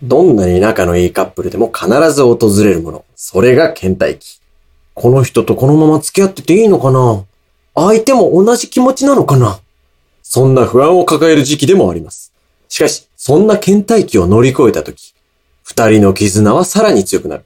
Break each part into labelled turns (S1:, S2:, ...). S1: どんなに仲のいいカップルでも必ず訪れるもの。それが倦怠期。この人とこのまま付き合ってていいのかな相手も同じ気持ちなのかなそんな不安を抱える時期でもあります。しかし、そんな倦怠期を乗り越えた時、二人の絆はさらに強くなる。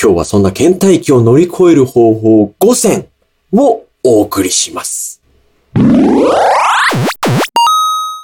S1: 今日はそんな倦怠期を乗り越える方法5選をお送りします。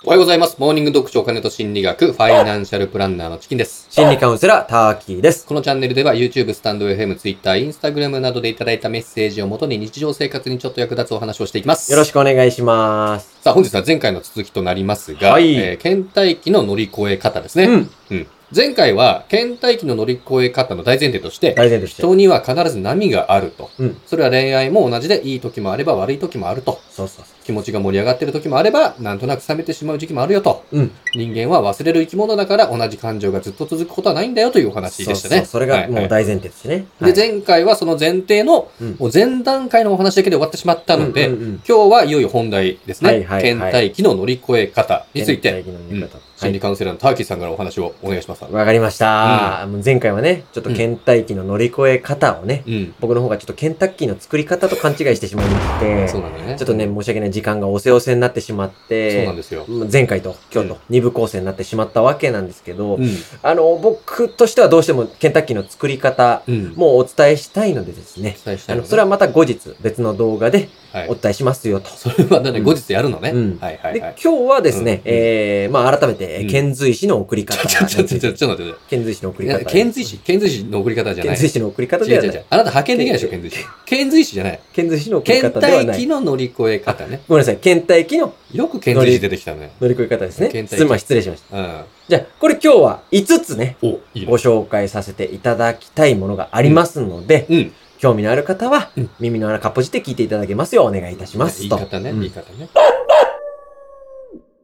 S2: おはようございます。モーニング読書お金と心理学、ファイナンシャルプランナーのチキンです。
S1: 心理カウンセラー、ターキーです。
S2: このチャンネルでは YouTube、スタンド FM、Twitter、Instagram などでいただいたメッセージをもとに日常生活にちょっと役立つお話をしていきます。
S1: よろし
S2: く。
S1: くお願いします。
S2: さあ、本日は前回の続きとなりますが、
S1: はい
S2: えー倦怠期の乗り越え方ですね。
S1: うん。
S2: うん前回は、倦怠期の乗り越え方の大前提として、
S1: 大前提として。
S2: 人には必ず波があると。
S1: うん
S2: それは恋愛も同じで、いい時もあれば悪い時もあると。
S1: そうそうそ
S2: 気持ちが盛り上がってる時もあれば、なんとなく冷めてしまう時期もあるよと。
S1: う。うん。
S2: 人間は忘れる生き物だから同じ感情がずっと続くことはないんだよというお話でし
S1: そ
S2: たね。
S1: うそうそれがもう
S2: はい
S1: 大前提としてね。
S2: はいで、前回はその前提の、
S1: うん
S2: もう前段階のお話だけで終わってしまったので、
S1: うんうんうん
S2: 今日はいよいよ本題ですね。
S1: はいはいはい
S2: 倦怠期の乗り越え方について、
S1: 現代の見方は
S2: 心理
S1: い
S2: カウンセラーのターキーさんからお話をお願いします。
S1: わかりました。もう前回はね、ちょっと倦怠期の乗り越え方をね、
S2: うん。
S1: 僕の方がちょっとケンタッキーの作り方と勘違いしてしまいまして、
S2: そうなんだね。
S1: ちょっとね、申し訳ない時間がおせおせになってしまっ
S2: そうなん
S1: て、
S2: ですよ。
S1: 前回と今日と
S2: うん
S1: 二部構成になってしまったわけなんですけど
S2: う、ん。
S1: あの、僕としてはどうしてもケンタッキーの作り方
S2: うん。
S1: もお伝えしたいのでですね、
S2: 期待した
S1: あ
S2: い
S1: の
S2: の
S1: それはまた後日別の動画で
S2: はい
S1: お。伝えしますよと。
S2: それはだね、
S1: うん
S2: 後日やるのね。
S1: うん
S2: はいはい
S1: で、
S2: はい。
S1: 今日はですね、
S2: うん
S1: えー、まあ、改めて、え
S2: うん
S1: ー遣隋使の送り
S2: ち
S1: 方
S2: ょ、ちょ、ちょ、ちょ、ちょ、ちょっと待って
S1: 遣隋使の送
S2: い
S1: り
S2: や。
S1: 方。
S2: 遣隋使遣隋使の送り方じゃな
S1: 遣
S2: い。
S1: 隋使の送り方
S2: 違
S1: で
S2: う
S1: は
S2: 違う
S1: な
S2: 違う
S1: い。。
S2: あなた派遣できないでしょ、遣隋使。遣隋使じゃない。
S1: 遣隋使の送り
S2: 倦
S1: 方ではな
S2: 怠期
S1: い。
S2: の乗り越え方ね。
S1: ごめんなさい、倦怠期の
S2: よく遣隋使出てきたね。
S1: 乗り越え方です
S2: 倦
S1: ね。
S2: 怠期
S1: すまん失礼しました。
S2: うん。
S1: じゃあ、これ今日は5つね、
S2: お、いい
S1: ご
S2: ね。
S1: 紹介させていただきたいものがありますので、
S2: うん。
S1: 興味のある方は
S2: うん、
S1: 耳の穴かっぽじって聞いていただけますようお願いいたします
S2: 言い
S1: と。
S2: 方ね、
S1: うん
S2: 言い方ね。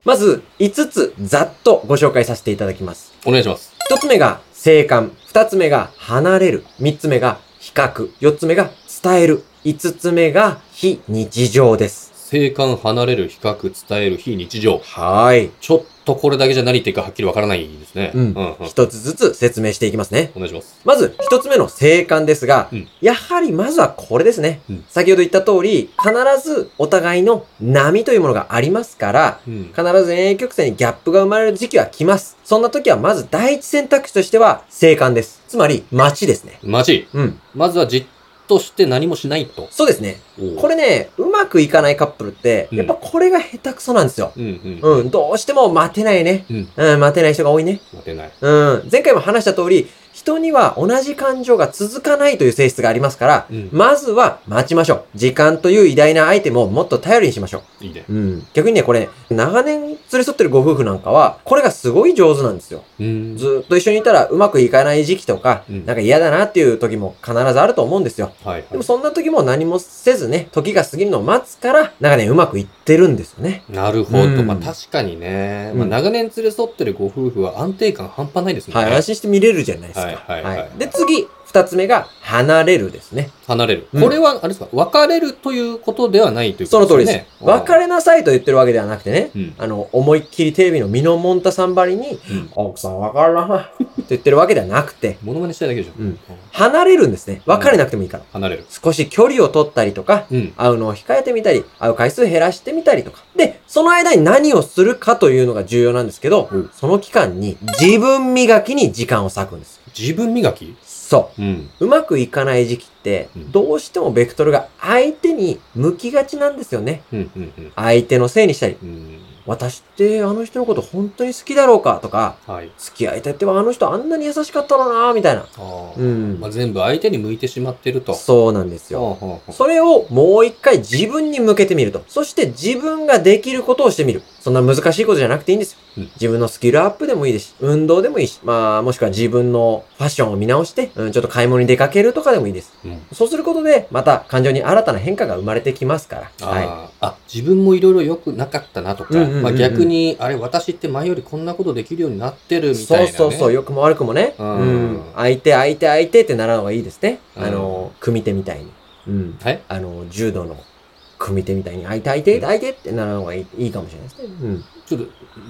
S1: まず、5つざっとご紹介させていただきます。
S2: お願いします。
S1: 一つ目が静観、二つ目が離れる、三つ目が比較、四つ目が伝える、五つ目が非日常です。
S2: 静観、離れる、比較、伝える、非日常。
S1: はーい。
S2: ちょっとこれだけじゃ何言ってるかはっきりわからないですね。
S1: うん
S2: うん。
S1: 一つずつ説明していきますね。
S2: お願いします。
S1: まず、一つ目の静観ですが、
S2: うん
S1: やはりまずはこれですね。
S2: うん
S1: 先ほど言った通り、必ずお互いの波というものがありますから、
S2: うん。
S1: 必ず遠泳曲線にギャップが生まれる時期は来ます。そんな時はまず第一選択肢としては静観です。つまり、待ちですね。
S2: マジ。
S1: うん。
S2: まずはじっとして何もしないと。
S1: そうですね。これ
S2: れ
S1: ね、うまくいかないカップルって、
S2: うん
S1: やっぱこれが下手くそなんですよ。
S2: うんうん。
S1: うん、どうしても待てないね。
S2: うん。
S1: うん、待てない人が多いね。
S2: 待てない。
S1: うん、前回も話した通り、人には同じ感情が続かないという性質がありますから、
S2: うん。
S1: まずは待ちましょう。時間という偉大なアイテムをもっと頼りにしましょ
S2: いいね。
S1: う。うん。逆にね、これ、長年連れ添ってるご夫婦なんかは、これがすごい上手なんですよ。
S2: うん。
S1: ずーっと一緒にいたらうまくいかない時期とか、
S2: うん
S1: なんか嫌だなっていう時も必ずあると思うんですよ。
S2: はいは
S1: でもそんな時も何もせずね、時が過ぎるのを待つから、なんかね、うまくいってるんですよね。
S2: い。なるほ
S1: う
S2: ど。
S1: ん
S2: まあ確かにね。
S1: うん
S2: まあ長年連れ添ってるご夫婦は安定感半端ないですもん
S1: はい、
S2: ね。
S1: 安心して見れるじゃないですか。
S2: はいはいはいはい
S1: で、次、二つ目が、離れるですね。
S2: 離れる。
S1: うん
S2: これは、あれですか、別れるということではないという
S1: そ
S2: こ
S1: の
S2: と
S1: 通
S2: で
S1: り
S2: す
S1: です
S2: ね。。
S1: 別れなさいと言ってるわけではなくてね、
S2: うん。
S1: あの、思いっきりテレビのミノモンタさんばりに、
S2: うん。
S1: 奥さんわからないと言ってるわけではなくて、
S2: モノマネしたいだけでしょ。
S1: うん離れるんですね。別れなくてもいいから。
S2: 離れる。
S1: 少し距離を取ったりとか、
S2: うん。
S1: 会うのを控えてみたり、会う回数減らしてみたりとか。で、その間に何をするかというのが重要なんですけど、
S2: うん
S1: その期間に自分磨きに時間を割くんです。
S2: 自分磨き
S1: そ
S2: うん。
S1: う。うまくいかない時期って
S2: う、ん
S1: どうしてもベクトルが相手に向きがちなんですよね。
S2: うん。うん。
S1: 相手のせいにしたり、
S2: うん。
S1: 私ってあの人のこと本当に好きだろうかとか、
S2: うん。はい。
S1: 付き合いたってはあの人あんなに優しかったのなみたいな。
S2: ああ。
S1: うん
S2: まあ、。全部相手に向いてしまってると。
S1: そうなんですよ。
S2: ほうほうほ
S1: それをもう一回自分に向けてみると。そして自分ができることをしてみる。そんな難しいことじゃなくていいんですよ。
S2: うん
S1: 自分のスキルアップでもいいですし、運動でもいいし、まあもしくは自分のファッションを見直して、うん、ちょっと買い物に出かけるとかでもいいです。
S2: ううん。
S1: そうすることで、また感情に新たな変化が生まれてきますから。
S2: あ、
S1: はい。
S2: あ、あ、自分もいろいろ良くなかったなとか、
S1: うんうんうんうん
S2: まあ逆に、あれ、私って前よりこんなことできるようになってるみたい
S1: そ
S2: な、
S1: う
S2: ね。
S1: そうそう、良くも悪くもね。う
S2: うん
S1: ん。相手、相手、相手ってならのがいいですね。
S2: うん
S1: あの、組手みたいに。うん。
S2: はい
S1: あの、柔道の組手みたいに、相手、相手、相手ってなるのがいいいいかもしれないですね。うん。
S2: ちょっと、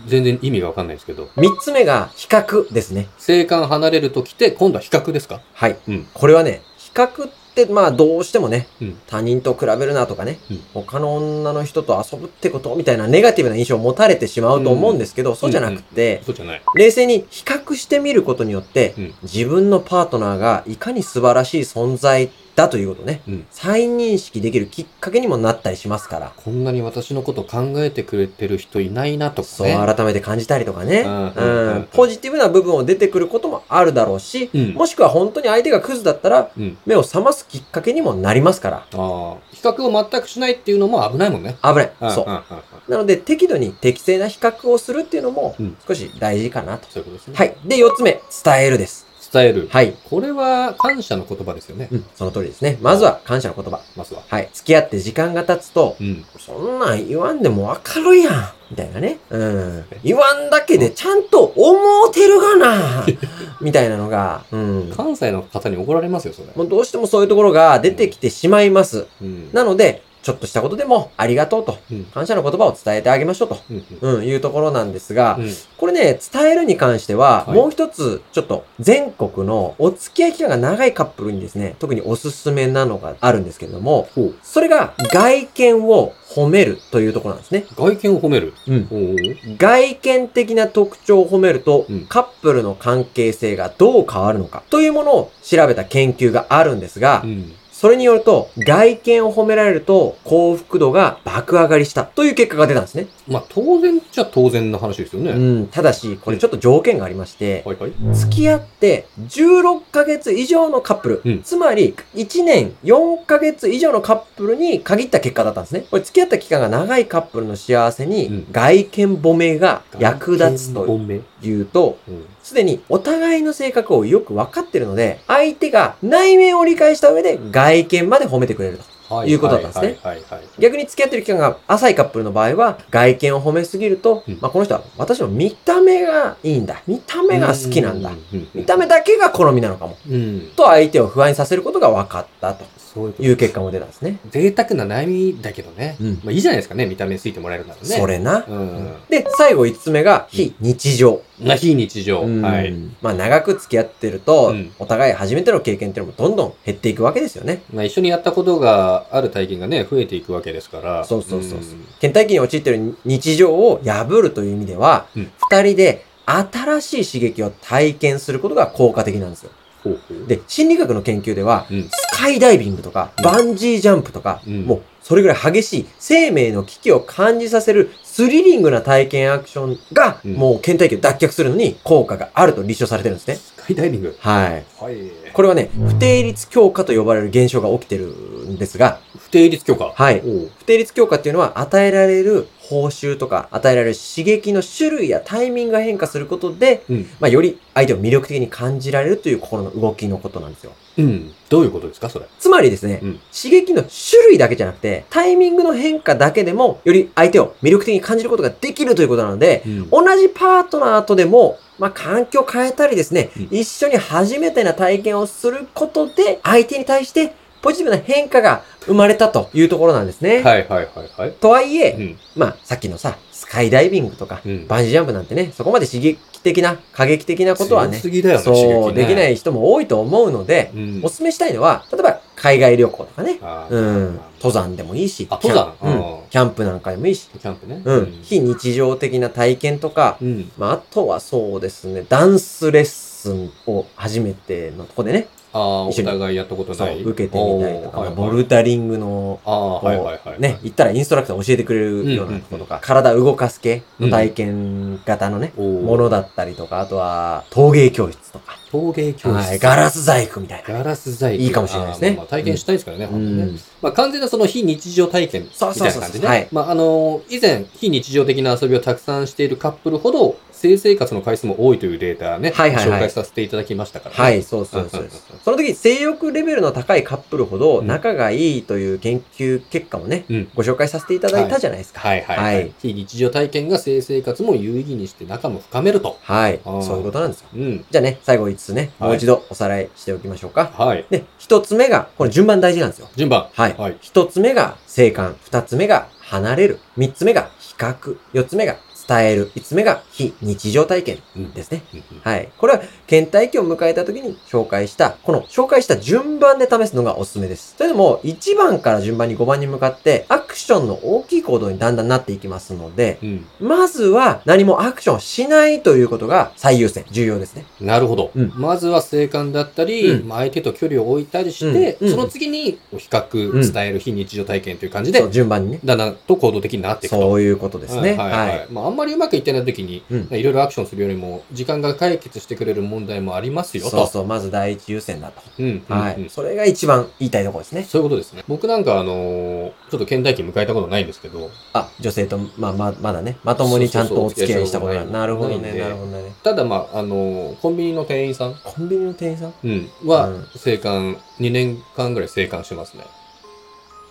S2: 全然意味がわかんないですけど。
S1: 三つ目が、比較ですね。
S2: 生還離れるときて、今度は比較ですか
S1: はい。
S2: うん
S1: これはね、比較って、まあ、どうしてもね、
S2: うん
S1: 他人と比べるなとかね、
S2: うん
S1: 他の女の人と遊ぶってことみたいなネガティブな印象を持たれてしまうと思うんですけど、そうじゃなくて、
S2: そうじゃない。
S1: 冷静に比較してみることによって、
S2: うん
S1: 自分のパートナーがいかに素晴らしい存在だということをね、
S2: うん
S1: 再認識できるきっかけにもなったりしますから、
S2: こんなに私のこと考えてくれてる人いないなとか
S1: そう
S2: ね。
S1: 改めて感じたりとかね、
S2: うん
S1: う
S2: うんうん
S1: んポジティブな部分を出てくることもあるだろうし、
S2: うん
S1: もしくは本当に相手がクズだったら、
S2: うん。
S1: 目を覚ますきっかけにもなりますから、
S2: ああ、比較を全くしないっていうのも危ないもんね。
S1: 危ない。
S2: うん
S1: そ
S2: うん
S1: う。
S2: うんうん
S1: なので、適度に適正な比較をするっていうのも
S2: うん、
S1: 少し大事かなと。
S2: そういうことですね。。
S1: はいい。で、4つ目、伝えるです。
S2: 伝える。
S1: はい。
S2: これは感謝の言葉ですよね。
S1: うん、その通りですね。まずは感謝の言葉。
S2: まずは。
S1: はい。付き合って時間が経つと、
S2: うん。
S1: そんなん言わんでもわかるやん。みたいなね。うん。言わんだけでちゃんと思うてるがな。 みたいなのが、うん。
S2: 関西の方に怒られますよ、それ。
S1: もうどうしてもそういうところが出てきてしまいます。
S2: うん。
S1: なので、ちょっとしたことでもありがとうと。
S2: うん。
S1: 感謝の言葉を伝えてあげましょうと。
S2: うん。うん
S1: うん、いうところなんですが、
S2: うん
S1: これね、伝えるに関しては、
S2: はい
S1: もう一つ、ちょっと、全国のお付き合い期間が長いカップルにですね、特におすすめなのがあるんですけれども、
S2: ほう。
S1: それが、外見を褒めるというところなんですね。
S2: 外見を褒める。
S1: うん。
S2: おうおう
S1: 外見的な特徴を褒めると、
S2: うん
S1: カップルの関係性がどう変わるのか、というものを調べた研究があるんですが、
S2: うん。
S1: それによると、外見を褒められると、幸福度が爆上がりした、という結果が出たんですね。
S2: まあ、当然っちゃ当然の話ですよね。
S1: うん、ただし、これちょっと条件がありまして、
S2: はいはい。
S1: 付き合って16ヶ月以上のカップル、
S2: うん
S1: つまり1年4ヶ月以上のカップルに限った結果だったんですね。これ付き合った期間が長いカップルの幸せに
S2: うん
S1: 外見褒めが役立つと
S2: 本命。
S1: いうと、
S2: うん。
S1: すでにお互いの性格をよく分かってるので、相手が内面を理解した上で外見まで褒めてくれると。
S2: は
S1: いうことだったんですね。
S2: はいはいはいはい。
S1: 逆に付き合ってる期間が浅いカップルの場合は、外見を褒めすぎると、
S2: うん
S1: まあこの人は私の見た目がいいんだ。見た目が好きなんだ
S2: う。うう
S1: 見た目だけが好みなのかも。
S2: うん。
S1: と相手を不安にさせることが分かったと
S2: そういうこと
S1: いう結果も出たんですね。
S2: 贅沢な悩みだけどね。
S1: うん
S2: まあいいじゃないですかね、見た目ついてもらえるならね。
S1: そ。れな。
S2: うん。
S1: で、最後5つ目が非日常。
S2: な、非日常。
S1: うん
S2: はい。
S1: まあ長く付き合ってると、
S2: うん
S1: お互い初めての経験っていうのもどんどん減っていくわけですよね。
S2: まあ、一緒にやったことがある体験がね、増えていくわけですから。
S1: そうそうそうそうん倦怠期に陥ってる日常を破るという意味では、
S2: う
S1: 二
S2: ん
S1: 人で新しい刺激を体験することが効果的なんですよ。
S2: ほうほう、
S1: で、心理学の研究では、
S2: うん。
S1: スカイダイビングとか、バンジージャンプとか、
S2: うん
S1: もうそれぐらい激しい生命の危機を感じさせるスリリングな体験アクションが、
S2: うん
S1: もう倦怠期を脱却するのに効果があると立証されてるんですね。
S2: スカイダイビング。
S1: はい。
S2: はい。
S1: これはね、不定律強化と呼ばれる現象が起きてるんですが、
S2: 不定律許可。
S1: はい。
S2: おう
S1: 不定律強化っていうのは与えられる報酬とか与えられる刺激の種類やタイミングが変化することで、
S2: うん。
S1: まあ、より相手を魅力的に感じられるという心の動きのことなんですよ。
S2: うん。どういうことですか、それ。
S1: つまりですね、
S2: うん
S1: 刺激の種類だけじゃなくて、タイミングの変化だけでも、より相手を魅力的に感じることができるということなので、
S2: うん
S1: 同じパートナーとでも、まあ、環境を変えたりですね、
S2: うん
S1: 一緒に初めてな体験をすることで、相手に対してポジティブな変化が生まれたというところなんですね。
S2: はいはいはいはい。
S1: とはいえ、
S2: うん。
S1: まあ、さっきのさ、スカイダイビングとか、
S2: うん。
S1: バンジージャンプなんてね、そこまで刺激的な、過激的なことはね
S2: 強、すぎだよね、。
S1: そう、できないい人も多いと思うので、
S2: うん
S1: お。すすめしたいのは、例えば海外旅行とかね、
S2: あー
S1: うん、登山でもいいし、
S2: あ、登山
S1: キャンうん、キャンプなんかでもいいし、
S2: キャンプね。
S1: うん、非日常的な体験とか、
S2: うん。
S1: まあ、あとはそうですね、ダンスレッスンを初めてのとこでね、
S2: ああ、お
S1: 一緒に
S2: 互いやったこと
S1: そ
S2: な
S1: う、
S2: い。
S1: 受けてみたりとか、
S2: おーはいはい
S1: ボルダリングの、
S2: ああ、はいはいはい。
S1: ね、行ったらインストラクター教えてくれるようなとことか、体動かす系の体験型のね、
S2: おー
S1: ものだったりとか、あとは陶芸教室とか、
S2: 陶芸教室。
S1: はい、ガラス細工みたいな。
S2: ガラス細工。
S1: いいかもしれないですね
S2: あーまあまあ体験したいですからね、
S1: う
S2: 本当にね。
S1: ん、
S2: まあ完全なその非日常体験みた
S1: そ
S2: いう
S1: そう
S2: な
S1: そうそう
S2: 感じで
S1: はい
S2: ね。まああのー、以前非日常的な遊びをたくさんしているカップルほど、性生活の回数も多いというデータね、
S1: はいはいはい
S2: 紹介させていただきましたからね。
S1: はい、そうそうそううんそう。その時、性欲レベルの高いカップルほど
S2: うん
S1: 仲がいいという研究結果をね、
S2: うん
S1: ご紹介させていただいたじゃないですか。
S2: はいはいはい。
S1: はい
S2: 非日常体験が性生活も有意義にして仲も深めると。
S1: はい。
S2: あー
S1: そういうことなんですよ。
S2: うん。
S1: じゃあね、最後5つね、
S2: はい
S1: もう一度おさらいしておきましょうか。
S2: はい。
S1: で、1つ目が、これ順番大事なんですよ。
S2: 順番。
S1: はい。
S2: はい。
S1: 一つ目が静観、二つ目が離れる、三つ目が比較、四つ目が伝える、五つ目が非日常体験
S2: うん
S1: ですね。
S2: うん
S1: はい。これは、倦怠期を迎えた時に紹介した、この紹介した順番で試すのがおすすめです。というのも、1番から順番に5番に向かって、アクションの大きい行動にだんだんなっていきますので、
S2: うん。
S1: まずは何もアクションしないということが最優先、重要ですね。
S2: なるほど。
S1: うん
S2: まずは静観だったり、
S1: うん
S2: まあ相手と距離を置いたりして、
S1: うんうん
S2: その次に比較、
S1: うん
S2: 伝える非日常体験という感じで、
S1: そう、順番にね。
S2: だんだんと行動的になっていくと。
S1: そういうことですね。
S2: はいはいはい
S1: はい。
S2: まあ、あんまりうまくいってない時に、
S1: うん
S2: いろいろアクションするよりも、時間が解決してくれる問題もありますよと。
S1: そうそう、まず第一優先だと。
S2: うん、うん
S1: は
S2: うん
S1: い。それが一番言いたいところですね。
S2: そういうことですね。僕なんかあのーちょっと倦怠期迎えたことないんですけど、
S1: あ、女性と、まあ、ま、まだね、まともにちゃんとお付き合いしたことない。
S2: そうそうそう
S1: なるほど
S2: な
S1: ね、
S2: いんで
S1: なるほどね。
S2: ただまあ、あのーコンビニの店員さん、
S1: コンビニの店員さん
S2: うん、は、
S1: うん
S2: 生還、2年間ぐらい生還してますね。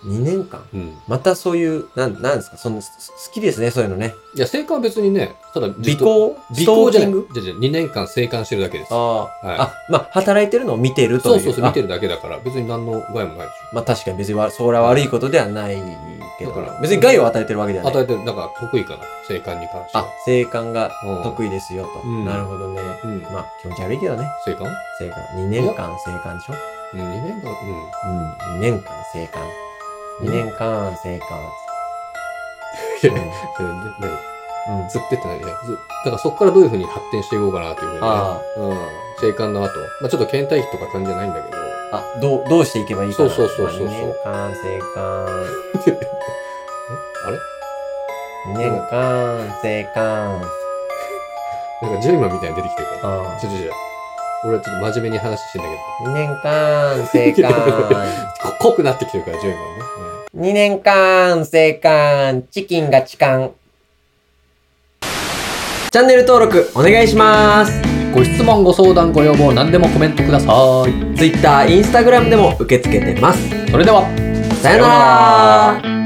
S1: ?2 年間
S2: うん。
S1: またそういう、なん、なんですかその、す好きですね、そういうのね。
S2: いや、生還は別にね、ただ、
S1: 尾行
S2: 尾行じゃない。
S1: ストーキング
S2: じゃあじゃ2年間生還してるだけです。
S1: ああ、
S2: はい
S1: あ、まあ、働いてるのを見てるとい
S2: そ
S1: うう。
S2: そうそう、見て
S1: る。
S2: るだけだから、別に何の害もないでし
S1: まあ、確かに別にわ、それは悪いことではないけど
S2: だから、
S1: 別に害を与えてるわけで
S2: ょ。
S1: はない。
S2: 与えてる、だから得意かな、生還に関して
S1: あ
S2: は。、
S1: 生還が
S2: うん
S1: 得意ですよと。
S2: うん
S1: なるほどね。
S2: うん。
S1: まあ、気持ち悪いけどね。
S2: 生還
S1: 生還。2年間生還でしょ
S2: うん、2年間、う
S1: うん、
S2: ん。
S1: 2年間生還。2年間生還。
S2: いや
S1: うん
S2: それでね
S1: うん
S2: ずってってないね。ずだからそこからどういうふうに発展していこうかなというふうにね。
S1: あ
S2: うん。生還の後。まあちょっと倦怠期とか感じじゃないんだけど。
S1: あ、どう、どうしていけばいいかな。
S2: そうそうそうそうそう
S1: まあ二年間、生還。
S2: あれ
S1: 2年間、生還。
S2: なんかジョイマンみたいに出てきてるから。
S1: あ
S2: ちょちょちょ。俺はちょっと真面目に話してんだけ
S1: 2年間、生還。
S2: ど。こ濃 くなってきてるから、ジョイマンね。
S1: 2年間、生還。チキンが痴漢。チャンネル登録、お願いします。
S2: ご質問、ご相談、ご要望、何でもコメントください。
S1: Twitter、Instagram でも受け付けてます。
S2: それでは。
S1: さよなら